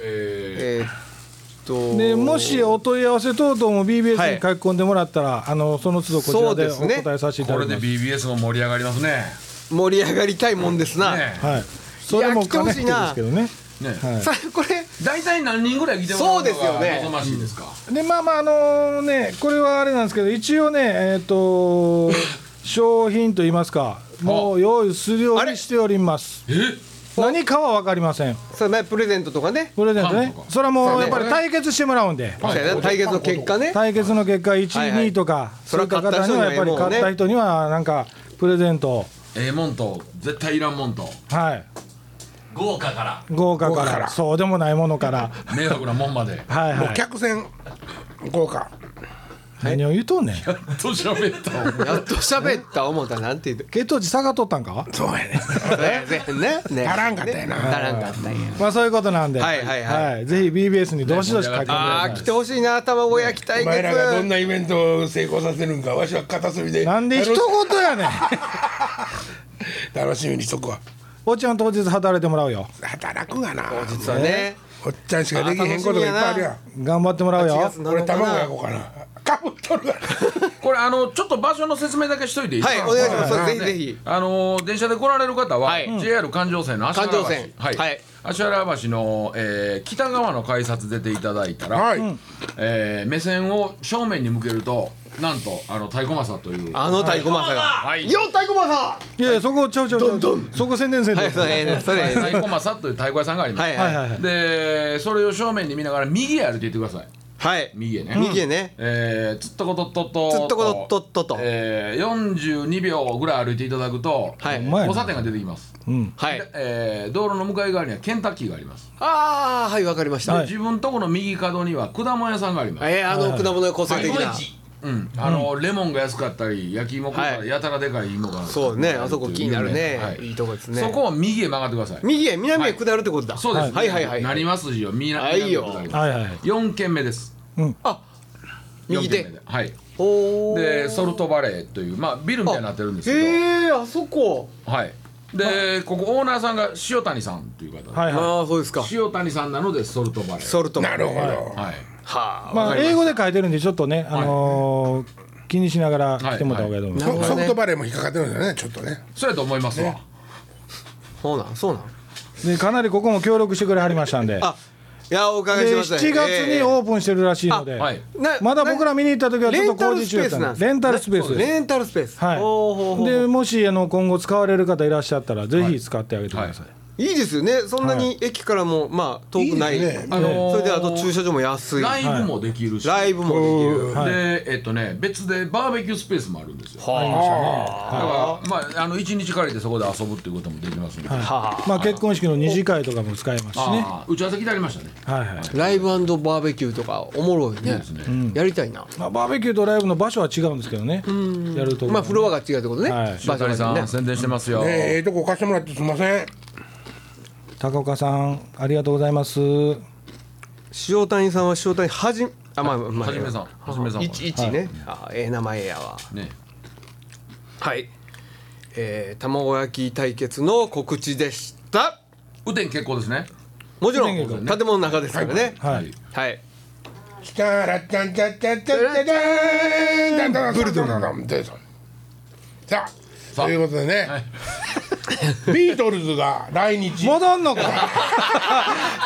Speaker 4: え
Speaker 3: えっと
Speaker 2: でもしお問い合わせ等々も BBS
Speaker 3: はい
Speaker 2: に書き込んでもらったら、あのその都度こちらでお
Speaker 3: そうですね
Speaker 2: 答えさせてい
Speaker 4: ー、こ
Speaker 2: ただ
Speaker 4: れ
Speaker 2: きま
Speaker 4: です BBS も盛り上がりますね
Speaker 3: 盛り上がりたいもんですな、
Speaker 4: ね
Speaker 2: はい、それも兼ねて
Speaker 3: い
Speaker 2: で
Speaker 3: や
Speaker 2: す
Speaker 3: 来
Speaker 2: け
Speaker 3: て
Speaker 2: どね
Speaker 4: えね
Speaker 2: はい
Speaker 3: さこれ
Speaker 4: え大体何人ぐらい来てもらうの
Speaker 3: そうですよね
Speaker 4: が望ましいですか
Speaker 2: でまあまああのねこれはあれなんですけど一応ねえっ、 と商品といいますかもう用意するようにしております何かは分かりません
Speaker 3: それ前プレゼントとかね
Speaker 2: プレゼント
Speaker 4: パン
Speaker 2: ね
Speaker 4: とか
Speaker 2: それはも
Speaker 3: そう
Speaker 2: う
Speaker 3: ね
Speaker 2: やっぱり対決してもらうんで
Speaker 3: そうやな対決の結果ね
Speaker 2: 対決の結果1
Speaker 3: はい
Speaker 2: 位
Speaker 3: はい
Speaker 2: 2位とか
Speaker 3: そ
Speaker 2: そうい
Speaker 3: ら
Speaker 2: った
Speaker 3: 勝った
Speaker 2: 方
Speaker 3: 人
Speaker 2: には
Speaker 3: には
Speaker 2: やっぱり
Speaker 3: もうね
Speaker 2: 勝った人にはなんかプレゼントを
Speaker 4: ええもんと絶対いらんもんと
Speaker 2: はい
Speaker 5: 豪華から
Speaker 2: 豪華か
Speaker 1: 豪華からら
Speaker 2: そうでもないものから
Speaker 4: 迷惑なもんまで
Speaker 2: はい
Speaker 1: も
Speaker 2: は
Speaker 1: う
Speaker 2: い
Speaker 1: 客船豪華
Speaker 2: 何を言うとんねん
Speaker 4: と喋った思う
Speaker 3: やっと喋った思ったなんて言う
Speaker 2: 血糖値下がっとったんか
Speaker 1: そうやね
Speaker 3: ね ね ね
Speaker 1: 足らんかったやな
Speaker 3: 足らんかったんや
Speaker 2: まあそういうことなんで
Speaker 3: はいはいはい
Speaker 2: ぜひ BBS にどしどし書き込んでく
Speaker 3: あ
Speaker 2: だ
Speaker 3: ー
Speaker 2: さ
Speaker 3: 来てほしいな卵焼き対
Speaker 1: お前らがどん
Speaker 3: 決
Speaker 1: なイベントを成功させるんかわしは片隅で
Speaker 2: いなんで一言やねん
Speaker 1: 楽しみにしとくわ
Speaker 2: おっちゃん当日働いてもらうよ
Speaker 1: 働くがな
Speaker 3: 実はね
Speaker 1: おっちゃんしかできへんことがいっぱいあるやん
Speaker 2: 頑張ってもらう
Speaker 3: 8
Speaker 2: よ
Speaker 3: 月7
Speaker 1: 俺
Speaker 3: 日かな
Speaker 1: 卵焼こうかなかぶっとるわ
Speaker 4: これあのちょっと場所の説明だけしといていいです
Speaker 3: はい
Speaker 4: か
Speaker 3: お願いしま
Speaker 1: そう
Speaker 3: すそ
Speaker 1: だ
Speaker 3: う
Speaker 1: ね
Speaker 3: ぜひぜひ
Speaker 4: あのー電車で来られる方は、
Speaker 3: はい
Speaker 4: JR 環状線の足原橋
Speaker 3: 環状線
Speaker 4: はい、
Speaker 3: はい
Speaker 4: 足原橋の、えー北側の改札出ていただいたら、
Speaker 1: はい、
Speaker 4: えー目線を正面に向けるとなんとあの太鼓政という
Speaker 3: あの太鼓マサが
Speaker 4: はい
Speaker 3: よっ太鼓マサ
Speaker 2: いやいやそこちょいちょいちょいそこ宣伝せんと
Speaker 3: はいそれええねそれええ
Speaker 4: 太
Speaker 3: ね
Speaker 4: 鼓政という太鼓屋さんがあります、
Speaker 3: はい
Speaker 2: はい
Speaker 3: は
Speaker 2: はいいはい
Speaker 4: でそれを正面に見ながら右へ歩いていってください
Speaker 3: はい
Speaker 4: 右へね
Speaker 3: 右へね
Speaker 4: えー、つっとことっとっと
Speaker 3: つっとことっとっと
Speaker 4: えー、42秒ぐらい歩いていただくと、
Speaker 3: はい
Speaker 2: 前
Speaker 4: 交差点が出てきます、
Speaker 2: うん
Speaker 3: はい
Speaker 4: えー道路の向かい側にはケンタッキーがあります、
Speaker 3: ああはいわかりました
Speaker 2: はい
Speaker 4: 自分とこの右角には果物屋さんがあります、
Speaker 3: えーあの果物が個性的な
Speaker 4: うん、あの、レモンが安かったり焼き芋食ったら
Speaker 3: はい
Speaker 4: やたらでかい芋があるってい
Speaker 3: そうねあそこ気になるね
Speaker 4: はい
Speaker 3: いいとこですね
Speaker 4: そこを右へ曲がってください
Speaker 3: 右へ南へ下るってことだ
Speaker 4: そうです、
Speaker 3: はいはいはい
Speaker 4: なりますよみな
Speaker 3: はいよ
Speaker 4: 南へ下ります
Speaker 2: はいはい
Speaker 4: 四軒目です
Speaker 3: あ右
Speaker 4: 四
Speaker 3: 手
Speaker 4: 軒目ではい
Speaker 3: おー
Speaker 4: でソルトバレーというまあビルみたいになってるんですけ
Speaker 3: へえあそこ
Speaker 4: どはいでここオーナーさんが塩谷さんっていう方で、
Speaker 2: はいは
Speaker 3: ああそうですか
Speaker 4: 塩谷さんなのでソルトバレー
Speaker 3: ソルトマ
Speaker 1: なるほど、
Speaker 4: はい
Speaker 3: はい
Speaker 2: まあ英語で書いてるんでちょっとねあのー気にしながら来てもらった方がいいと思います
Speaker 3: なるほ
Speaker 1: ソソ
Speaker 3: どね
Speaker 1: フトバレーも引っかかってるんだよねちょっとね
Speaker 4: そうやと思いますわ、
Speaker 3: そうなんそうなん
Speaker 2: でかなりここも協力してくれはりましたんで
Speaker 3: あいやお伺いし
Speaker 2: で
Speaker 3: ました
Speaker 2: 7月にオープンしてるらしいので、
Speaker 3: あ
Speaker 4: はい
Speaker 3: な
Speaker 2: まだ僕ら見に行った時はちょっと工事中やっ
Speaker 3: な
Speaker 2: た
Speaker 3: ん
Speaker 2: んでレンタルスペースです
Speaker 3: レンタルスペース
Speaker 2: は
Speaker 3: ほうほうほ
Speaker 2: いうでもしあの今後使われる方いらっしゃったらぜひ使ってあげてください、
Speaker 3: いいですよねそんなに駅からもまあ遠くない
Speaker 1: いいですね
Speaker 3: あの
Speaker 4: ね
Speaker 3: それであと駐車場も安い
Speaker 4: ライブもできるし、
Speaker 3: ライブもできる
Speaker 2: はい
Speaker 4: でえっとね別でバーベキュースペースもあるんですよ、
Speaker 1: あ
Speaker 4: だからまああの1日借りてそこで遊ぶっていうこともできますんで、
Speaker 2: まあ結婚式の二次会とかも使えますしね
Speaker 4: ああ打ち合わせ来てありましたね
Speaker 2: はいはい
Speaker 3: ライブバーベキューとかおもろいね
Speaker 4: ですね
Speaker 3: やりたいな
Speaker 2: まあ、バーベキューとライブの場所は違うんですけどね、やるとこ
Speaker 3: まあフロアが違うってことね
Speaker 2: はい
Speaker 4: 白谷さん、宣伝してますよ、
Speaker 1: あねええとこ貸してもらってすいません
Speaker 2: 高岡さん、ありがとうございます。
Speaker 3: 塩谷さんは塩谷はじあまあまあ
Speaker 4: はじめさんはじめさんは
Speaker 3: 一一ねあええ名前やわ
Speaker 4: ね
Speaker 3: はいえー卵焼き対決の告知でした
Speaker 4: 雨天結構ですね
Speaker 3: もちろん建物の中ですからね
Speaker 2: はい、
Speaker 3: はい
Speaker 1: チタラチャンチャチャチャチャチャンダンダンダンブルドンダンダンさあ
Speaker 4: あ
Speaker 1: ということでね、ビートルズが来日
Speaker 2: 戻んのか。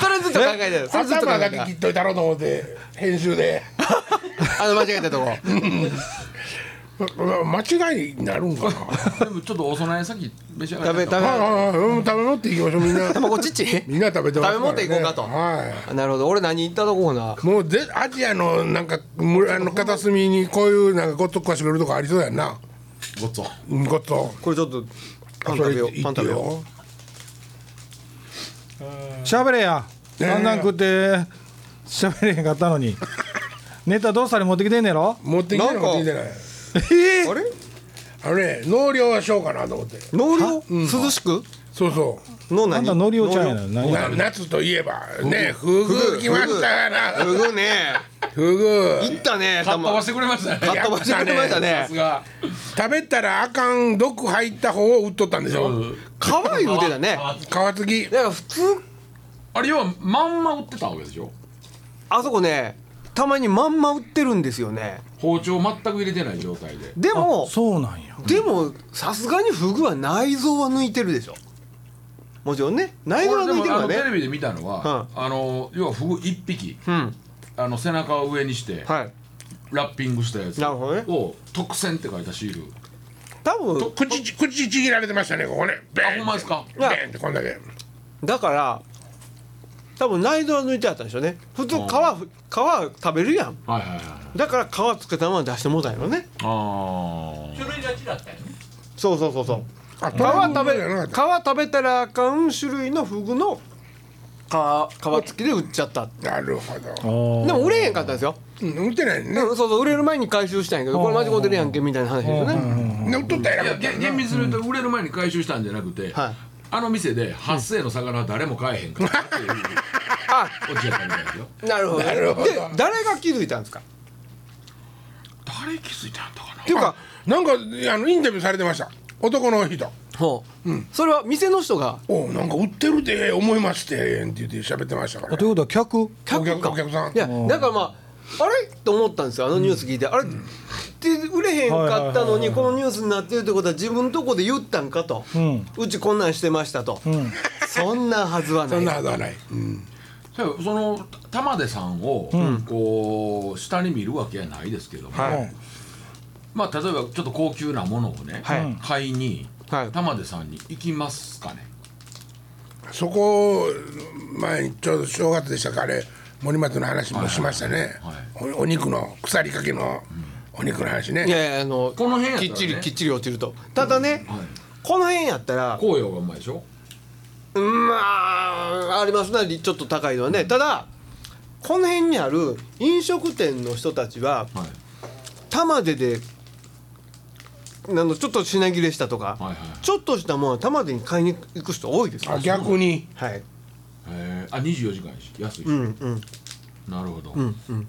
Speaker 3: それずっと考えてるそれずっと考
Speaker 1: 頭
Speaker 3: え
Speaker 1: だ
Speaker 3: て
Speaker 1: け
Speaker 3: る
Speaker 1: 切っといたろうと思って編集で
Speaker 3: あの間違えたとこ
Speaker 1: 間違いになるんかな
Speaker 4: でもちょっとお供え先召し上が
Speaker 3: 食
Speaker 4: って
Speaker 3: べ食べ
Speaker 1: はいはいはいうん食べ持っていきましょうみんな
Speaker 3: 卵ちっち
Speaker 1: みんな食べてますから、ね、
Speaker 3: 食べ持っていこうかと
Speaker 1: はい
Speaker 3: なるほど俺何言ったとこかな
Speaker 1: もうでアジアのなんか村の片隅にこういうなんかごっつかしてくれるとこありそうやんな
Speaker 4: ごっつお
Speaker 1: うんごっと
Speaker 3: これちょっとパン
Speaker 1: そ
Speaker 3: 食
Speaker 1: れ
Speaker 3: べよ
Speaker 1: 行
Speaker 3: うパ
Speaker 1: っ
Speaker 3: ン
Speaker 1: て
Speaker 3: 食べよ
Speaker 1: よ
Speaker 2: 喋れや。
Speaker 1: ねえ
Speaker 2: あんなん食って、喋れへんかったのに。ネタどうされ持ってきてんねやろ。
Speaker 1: 持ってきてない
Speaker 3: なんか
Speaker 1: 持ってきてない
Speaker 2: え
Speaker 3: うあれ
Speaker 1: あのね納涼はしようかなと思って
Speaker 3: 納涼涼しく
Speaker 1: そうそ
Speaker 3: の
Speaker 2: あん
Speaker 3: 何
Speaker 2: たノリオちゃんやな。
Speaker 1: う
Speaker 2: 何
Speaker 1: な夏といえばねフグ来ましたから
Speaker 3: すぐね
Speaker 1: フグ
Speaker 3: 行ったね
Speaker 4: かっ飛ば
Speaker 3: 卵
Speaker 4: してくれました
Speaker 3: かっ
Speaker 4: ね
Speaker 3: 飛ばしてくれました
Speaker 4: さ
Speaker 3: ね
Speaker 4: すが
Speaker 1: 食べたらあかん毒入った方を売っとったんでしょ
Speaker 3: 可愛い腕だね
Speaker 1: 皮付き
Speaker 3: だから普通
Speaker 4: あれ要はまんま売ってたわけでしょ
Speaker 3: あそこねたまにまんま売ってるんですよね
Speaker 4: 包丁全く入れてない状態で
Speaker 3: でも
Speaker 2: そうなんや。
Speaker 3: でもさすがにフグは内臓は抜いてるでしょもちろんね内臓は
Speaker 4: 俺で
Speaker 3: 抜い
Speaker 4: も
Speaker 3: てる
Speaker 4: あ
Speaker 3: か
Speaker 4: のテ
Speaker 3: ら
Speaker 4: レ
Speaker 3: ね
Speaker 4: ビで見たのは、あの要はフグ一匹
Speaker 3: うん
Speaker 4: あの背中を上にして、
Speaker 3: はい
Speaker 4: ラッピングしたやつ
Speaker 3: なるほどね
Speaker 4: を特選って書いたシール
Speaker 3: 多分
Speaker 1: 口ち口ちぎられてましたねここねベ
Speaker 4: あほんまですか
Speaker 1: ベーンってこんだけ
Speaker 3: だから多分内臓は抜いてあったんでしょうね普通皮皮は食べるやん
Speaker 4: はいはいはい
Speaker 3: だから皮つけたまま出してもうたんやろね
Speaker 4: あ
Speaker 5: 種類が違ったよね
Speaker 3: そうそうそうそう
Speaker 1: あ
Speaker 3: 皮食べ
Speaker 1: トラブルじゃな
Speaker 3: る皮
Speaker 1: かっ
Speaker 3: 食べたらあかん種類のフグの皮皮付きで売っちゃった
Speaker 1: たなるほど
Speaker 2: おー
Speaker 3: でも売れへんかったんですよ、
Speaker 1: うん、売ってないね
Speaker 3: う。んそうそう売れる前に回収したんやけどこれ間違うてるやんけみたいな話ですよね
Speaker 1: ね、売っとったや
Speaker 4: あ
Speaker 1: なか
Speaker 4: いや
Speaker 1: った
Speaker 4: げ厳密に言うと売れる前に回収したんじゃなくて、
Speaker 3: はい
Speaker 4: あの店で発生の魚は誰も買えへんからっていう
Speaker 3: あ
Speaker 4: オチやったみたいですよ
Speaker 3: なるほど
Speaker 1: なるほど
Speaker 3: で誰が気づいたんですか
Speaker 4: 誰気づいてあったかな
Speaker 3: っていうか
Speaker 1: なんかあのインタビューされてました男の人
Speaker 3: ほう、それは店の人が
Speaker 1: 「おうなんか売ってるで思いまして」って言って喋ってましたか
Speaker 2: あ
Speaker 1: ら
Speaker 2: ということは客。
Speaker 1: お客お客さん
Speaker 3: いやだからまああれと思ったんですよあのニュース聞いて、あれって売れへんかったのにこのニュースになってるってことは自分のとこで言ったんかと、うんちこんなんしてましたと、そんなはずはな
Speaker 1: そ
Speaker 3: い
Speaker 1: んなはずはない、うん、
Speaker 4: そうその玉出さんを、こう下に見るわけはないですけども、
Speaker 3: はい
Speaker 4: まあ例えばちょっと高級なものをね、
Speaker 3: はい
Speaker 4: 買いに、
Speaker 3: はい
Speaker 4: 玉出さんに行きますかね
Speaker 1: そこ前にちょうど正月でしたかあれ森松の話もしましたね、おお肉の腐りかけのお肉の話ね、
Speaker 3: いやいやあの
Speaker 4: この辺やった
Speaker 3: き
Speaker 4: らね
Speaker 3: っちりきっちり落ちるとただね、この辺やったら
Speaker 4: 紅葉がうまいでしょ
Speaker 3: うんまあありますな、ちょっと高いのはねただこの辺にある飲食店の人たちは
Speaker 4: はい
Speaker 3: 玉手であのちょっと品切れしたとか、
Speaker 4: はいはい
Speaker 3: ちょっとしたもんは玉手に買いに行く人多いですよ
Speaker 1: あ逆に
Speaker 3: はい
Speaker 4: へえあ24時間やし安いし、
Speaker 3: うんうん
Speaker 4: なるほど、
Speaker 3: うんうん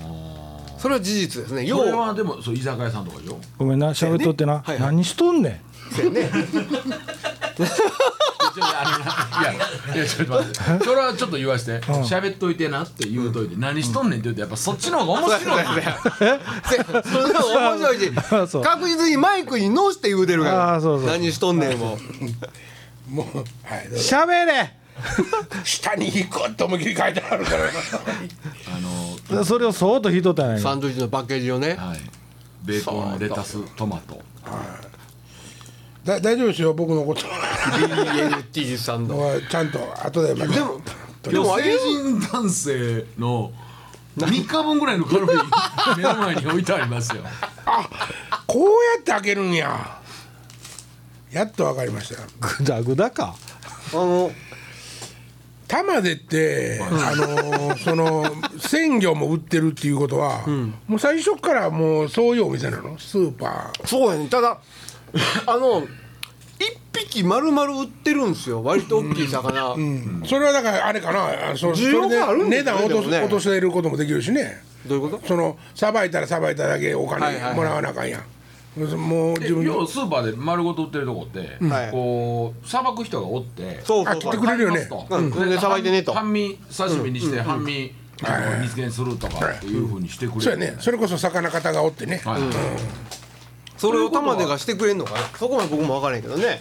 Speaker 4: あ
Speaker 3: それは事実ですね
Speaker 4: ー
Speaker 3: 要
Speaker 4: それ
Speaker 3: は
Speaker 4: はでもそう居酒屋さんとかでしょ
Speaker 2: ごめんな、喋っとってな、
Speaker 3: はいはい
Speaker 2: 何しとんねん。
Speaker 4: ちょっとあのないやいやちょっと待ってそれはちょっと言わして喋っといてなって言うといて何しとんねんって言うとやっぱそっちの方が面白い
Speaker 3: そうやそうやせそれでも面白いし
Speaker 2: あそう
Speaker 3: 確実にマイクにのして言うてるから
Speaker 2: あそうそう
Speaker 3: 何しとんねんもう
Speaker 1: もう、はい、どうぞ
Speaker 2: 喋れ。
Speaker 1: 下に引くって思いっきり書いてあるから
Speaker 4: あの
Speaker 2: それをそーっと引いとったんや
Speaker 3: サンドイッチのパッケージをね
Speaker 4: はいベーコンレタストマト
Speaker 1: だ大丈夫ですよ僕のこと
Speaker 3: BLT さんの
Speaker 1: はちゃんと後でまた
Speaker 3: でもで
Speaker 4: でも
Speaker 3: もあれ
Speaker 4: 成人男性の3日分ぐらいのカロリ ー目の前に置いてありますよ
Speaker 1: こうやって開けるんややっとわかりました
Speaker 2: グダグダか
Speaker 3: あの
Speaker 1: 玉でって、あのーその鮮魚も売ってるっていうことは、もう最初からもうそういうお店なのスーパ
Speaker 3: そうやねただあの一匹丸々売ってるんですよ割と大きい魚、
Speaker 1: ー、それはだからあれかなあそ
Speaker 3: 需要があるん
Speaker 1: そ
Speaker 3: で
Speaker 1: れ値
Speaker 3: すね
Speaker 1: 段落とす、
Speaker 3: でもね
Speaker 1: 落とせることもできるしね
Speaker 3: どういうこと
Speaker 1: そのさばいたらさばいただけお
Speaker 3: はいはいは
Speaker 1: 金
Speaker 3: い
Speaker 1: もらわなあかんやん、もう
Speaker 4: で
Speaker 1: 自分で
Speaker 4: 要はスーパーで丸ごと売ってるとこって、
Speaker 3: はい
Speaker 4: こうさばく人がおって
Speaker 3: そう
Speaker 1: あ
Speaker 3: そ
Speaker 1: 切
Speaker 3: うそ
Speaker 1: っ
Speaker 3: う
Speaker 1: てくれるよね
Speaker 4: 買います
Speaker 3: うん
Speaker 4: と
Speaker 3: それでさばいてねと
Speaker 4: 半身刺身にして半身あの
Speaker 1: はい
Speaker 4: 煮付けにするとかっていうふうにしてくれる
Speaker 1: そうやねそれこそ魚方がおってね、
Speaker 4: はい
Speaker 3: それを玉出がしてくれんのかなそこまで僕も分からへんけどね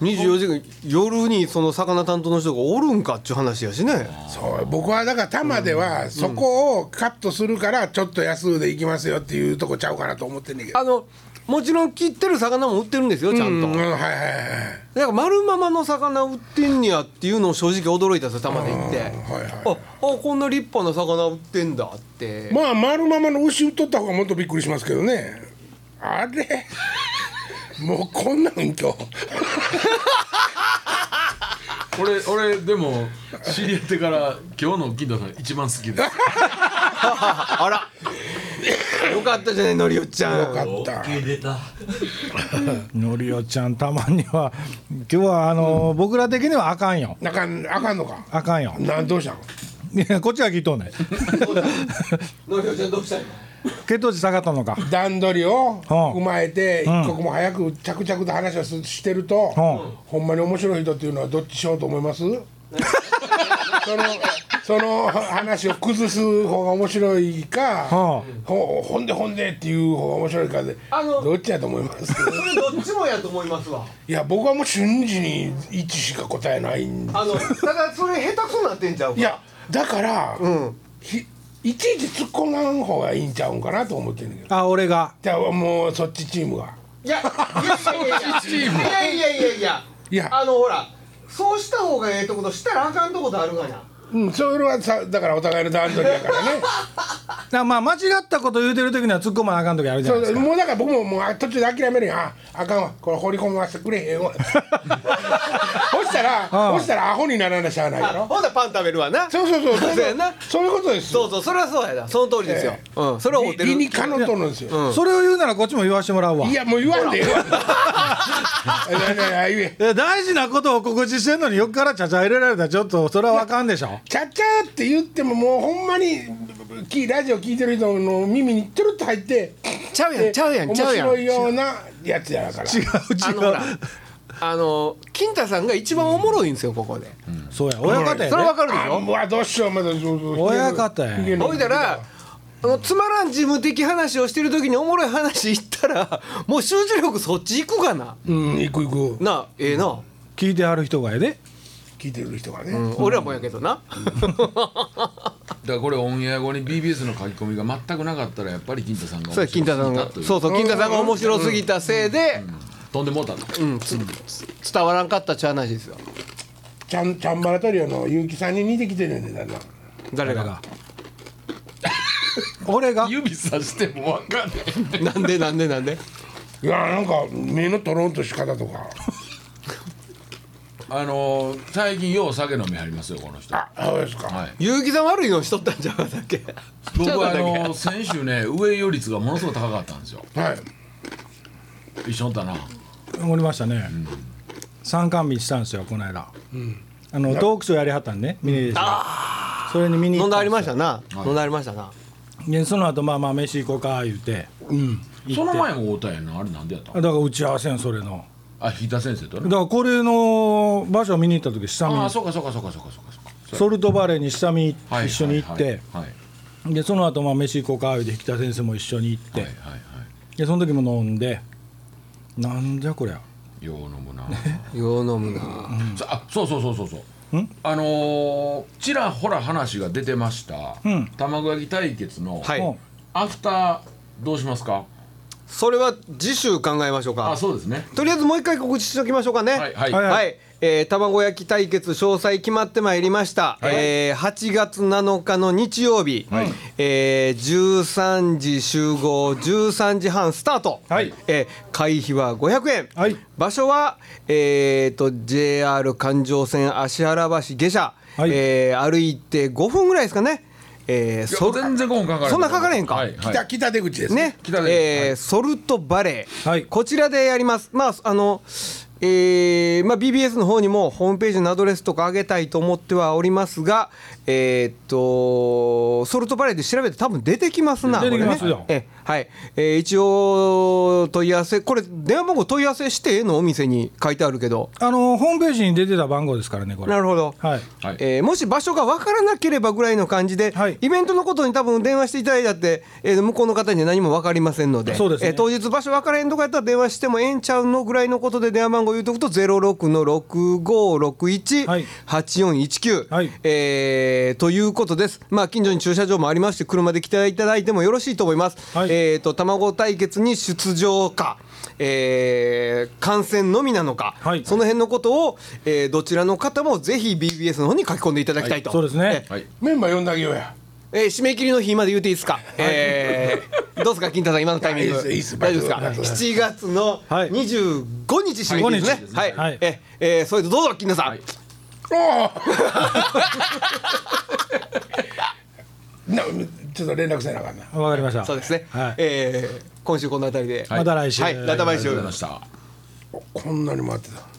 Speaker 3: 24時間夜にその魚担当の人がおるんかっちゅう話やしね
Speaker 1: そう僕はだから玉ではそこをカットするからちょっと安うでいきますよっていうとこちゃうかなと思ってんねんけど
Speaker 3: あのもちろん切ってる魚も売ってるんですよちゃんと、
Speaker 1: うんはいはいはい
Speaker 3: なんか丸ままの魚売ってんねやっていうのを正直驚いたんですよ玉で行って
Speaker 1: はいはい
Speaker 3: ああこんな立派な魚売ってんだって
Speaker 1: まあ丸ままの牛売っとった方がもっとびっくりしますけどねあれ もうこんなん今日
Speaker 4: 俺俺でも知り合ってから今日の金田さん一番好きで す
Speaker 3: あらよかったじゃないのりおちゃん
Speaker 1: よかった
Speaker 5: 出た
Speaker 2: のりおちゃんたまには今日はあの、僕ら的にはあかんよ
Speaker 1: あかんあかんのか
Speaker 2: あかんよ
Speaker 1: なんどうしたん
Speaker 2: いやこっちは聞いとんねん
Speaker 3: のりおちゃんどうしたの
Speaker 2: 血糖値下がったのか
Speaker 1: 段取りを
Speaker 2: うん
Speaker 1: 踏まえて一刻も早く着々と話をすしてると、
Speaker 2: うん
Speaker 1: ほんまに面白い人っていうのはどっちしようと思いますそのその話を崩す方が面白いか、
Speaker 2: は
Speaker 1: ほほんでほんでっていう方が面白いかで
Speaker 3: あの
Speaker 1: どっちやと思います
Speaker 3: それどっちもやと思いますわ
Speaker 1: いや僕はもう瞬時に1しか答えないんで
Speaker 3: あのただそれ下手くそなってんちゃうか
Speaker 1: いやだから、
Speaker 3: ん
Speaker 1: ひいちいち突っ込まん方がいいんちゃうんかなと思ってんねんけど
Speaker 2: あ俺が
Speaker 1: じゃあもうそっちチームが
Speaker 3: いやいやいやいやいやいやいやいやいや
Speaker 1: いや
Speaker 3: あのほらそうした方がええとことしたらあかんとことあるがな
Speaker 1: うんそれはさだからお互いの段取りやから ね
Speaker 2: だまあ間違ったこと言うてる時には突っ込まなあかん時あるじゃ
Speaker 1: そ
Speaker 2: ないです
Speaker 1: う
Speaker 2: か
Speaker 1: もうだから僕ももうあ途中で諦めるよああかんわこれ放り込ませてくれへん わそしたらそしたらアホにならなしゃあないやろ
Speaker 3: ほんだらパン食べるわな
Speaker 1: そうそうそうそう
Speaker 3: そうやな
Speaker 1: そういうことです
Speaker 3: そうそうそれはそうやなその通りですよ
Speaker 1: え
Speaker 3: うんそれは思って
Speaker 1: 理
Speaker 3: る
Speaker 1: にかのとるんですよ、
Speaker 2: それを言うならこっちも言わしてもらうわ
Speaker 1: いやもう言わんでええわいやいやいや言え
Speaker 2: え大事なことを告知してんのに横からちゃちゃ入れられたらちょっとそれはわかんでしょ
Speaker 1: ちゃっちゃって言ってももうほんまにきラジオ聞いてる人の耳にトゥルッと入って
Speaker 3: ちゃうやんちゃうやんちゃうやん
Speaker 1: 面白いようなやつやから
Speaker 2: 違う違
Speaker 3: あのほ
Speaker 2: う
Speaker 3: らあの金太さんが一番おもろいんですよここで
Speaker 2: そうや親方や
Speaker 3: それわ
Speaker 2: で
Speaker 3: かるでし
Speaker 1: あ
Speaker 3: ょ
Speaker 1: うわどうしようまだそうそう
Speaker 2: 親方や
Speaker 1: ひげの
Speaker 3: ほいだらあのつまらん事務的話をしてる時におもろい話言ったらもう集中力そっち行くかな
Speaker 1: うん行く行く
Speaker 3: なあええな、
Speaker 2: 聞いてはる人がやで
Speaker 1: 聞いてる人がね、
Speaker 3: 俺らもやけどな、
Speaker 4: だからこれオンエア後に BBS の書き込みが全くなかったらやっぱり金田さんが
Speaker 3: そう金太さんが
Speaker 4: 面白すぎたという
Speaker 3: そうそう金太さんが面白すぎたせいで、
Speaker 4: 飛んでもうたと
Speaker 3: うんつ伝わらんかったっちゅう話ですよ
Speaker 1: ちゃんちゃんばらトリオの結城さんに似てきてるんだな
Speaker 3: 誰が
Speaker 2: 俺が
Speaker 4: 指さしてもわかんない
Speaker 3: なんでなんでなんで
Speaker 1: いやなんか目のトロンとし方と か
Speaker 4: あのー最近よう酒飲みはりますよこの人は
Speaker 1: あそうですか、
Speaker 4: い
Speaker 3: 結城さん悪いのしとったんじゃなかったっけ
Speaker 4: 僕はあ
Speaker 3: ちゃうかった
Speaker 4: の
Speaker 3: っ
Speaker 4: ー先週ね 上与率がものすごく高かったんですよ
Speaker 1: はい
Speaker 4: 一緒におったな
Speaker 2: おりましたね参観日したんですよこの間あのトークショーやりはったんねミネがそれに見
Speaker 3: け
Speaker 2: に
Speaker 3: 飲
Speaker 2: 行っ
Speaker 3: んだ
Speaker 2: た
Speaker 3: あり
Speaker 2: ですよ
Speaker 3: ましたな、飲んだありましたな
Speaker 2: でその後まあまあ飯行こうか言うて行って
Speaker 4: その前も会うたんやなあれなんでやった
Speaker 2: だ
Speaker 4: の
Speaker 2: から打ち合わせやんそれの
Speaker 4: あ引田先生と
Speaker 2: だ
Speaker 4: ね
Speaker 2: からこれの場所を見に行った時下見
Speaker 4: あ
Speaker 2: に
Speaker 4: あそうかそうかそうかそうかそうかそうか
Speaker 2: ソルトバレーに下見
Speaker 4: はい
Speaker 2: 一緒に行って
Speaker 4: はいはい
Speaker 2: でその後まあ飯行こうか言うて引田先生も一緒に行って
Speaker 4: はいはいは
Speaker 2: でその時も飲んでなんじゃこりゃ
Speaker 4: いよう飲むな
Speaker 3: よう飲むな、
Speaker 4: そあそうそうそうそうそうんあのーちらほら話が出てました、
Speaker 2: うん
Speaker 4: 卵焼き対決の
Speaker 3: はい
Speaker 2: うん
Speaker 4: アフターどうしますか
Speaker 3: それは次週考えましょうか
Speaker 4: あそうですね
Speaker 3: とりあえずもう一回告知しておきましょうかね
Speaker 4: はいはい
Speaker 2: はい
Speaker 3: えー卵焼き対決詳細決まってまいりました、
Speaker 4: はい
Speaker 3: えー8月7日の日曜日、
Speaker 4: はい
Speaker 3: えー13時集合13時半スタート、
Speaker 2: はい
Speaker 3: えー会費は500円、
Speaker 2: はい
Speaker 3: 場所は、えー、と JR 環状線芦原橋下車、
Speaker 2: はい
Speaker 3: えー歩いて5分ぐらいですかね、えー
Speaker 4: いや
Speaker 3: そ
Speaker 4: 全然5分かかる
Speaker 3: そんなかかれへんか
Speaker 4: はいはい
Speaker 1: 北北出口です
Speaker 3: ね、
Speaker 4: 北で
Speaker 3: えー
Speaker 4: はい
Speaker 3: ソルトバレー、
Speaker 2: はい
Speaker 3: こちらでやります。まああの、えーまあ BBS の方にもホームページのアドレスとか上げたいと思ってはおりますが、えーっとソルトバレーで調べて多分出てきますな。
Speaker 2: 出てきますよ
Speaker 3: これねえはい、えー一応問い合わせこれ電話番号問い合わせしてのお店に書いてあるけど。
Speaker 2: あのホームページに出てた番号ですからねこれ
Speaker 3: なるほど。
Speaker 2: はい
Speaker 4: はい
Speaker 3: えーもし場所が分からなければぐらいの感じで、
Speaker 2: はい
Speaker 3: イベントのことに多分電話していただいたって、えー向こうの方には何も分かりませんので
Speaker 2: そうですね
Speaker 3: えー当日場所分からへんとかやったら電話してもええんちゃうのぐらいのことで電話番号言うとくと06の
Speaker 2: はい
Speaker 3: 6561-8419、
Speaker 2: はい
Speaker 3: えーということです、まあ、近所に駐車場もありまして車で来ていただいてもよろしいと思います、
Speaker 2: はい
Speaker 3: えーと卵対決に出場か、えー観戦のみなのか、
Speaker 2: はい
Speaker 3: その辺のことを、えーどちらの方もぜひ BBS の方に書き込んでいただきたいと、
Speaker 2: そうですね
Speaker 3: え
Speaker 4: はい
Speaker 1: メンバー呼んであげようや
Speaker 3: えー締め切りの日まで言っていいですか、えーどうですか金太さん今のタイミン
Speaker 1: いい
Speaker 3: グ
Speaker 1: ですいいです
Speaker 3: 大丈夫ですか
Speaker 1: バイトバイト
Speaker 3: 7月の
Speaker 2: はい
Speaker 3: 25日締め切りですね
Speaker 4: は
Speaker 3: はいい、
Speaker 2: はい
Speaker 3: ええーそれでどうぞ金太さん、
Speaker 4: はい
Speaker 1: なちょっと連絡せなあかんな
Speaker 2: わかりました
Speaker 3: そうですね、
Speaker 2: はい
Speaker 3: えー今週この辺りで、
Speaker 4: い
Speaker 2: また来週
Speaker 3: はいまた
Speaker 4: あ
Speaker 3: 毎
Speaker 4: りが
Speaker 3: 週
Speaker 4: とうございました
Speaker 1: こんなに回ってた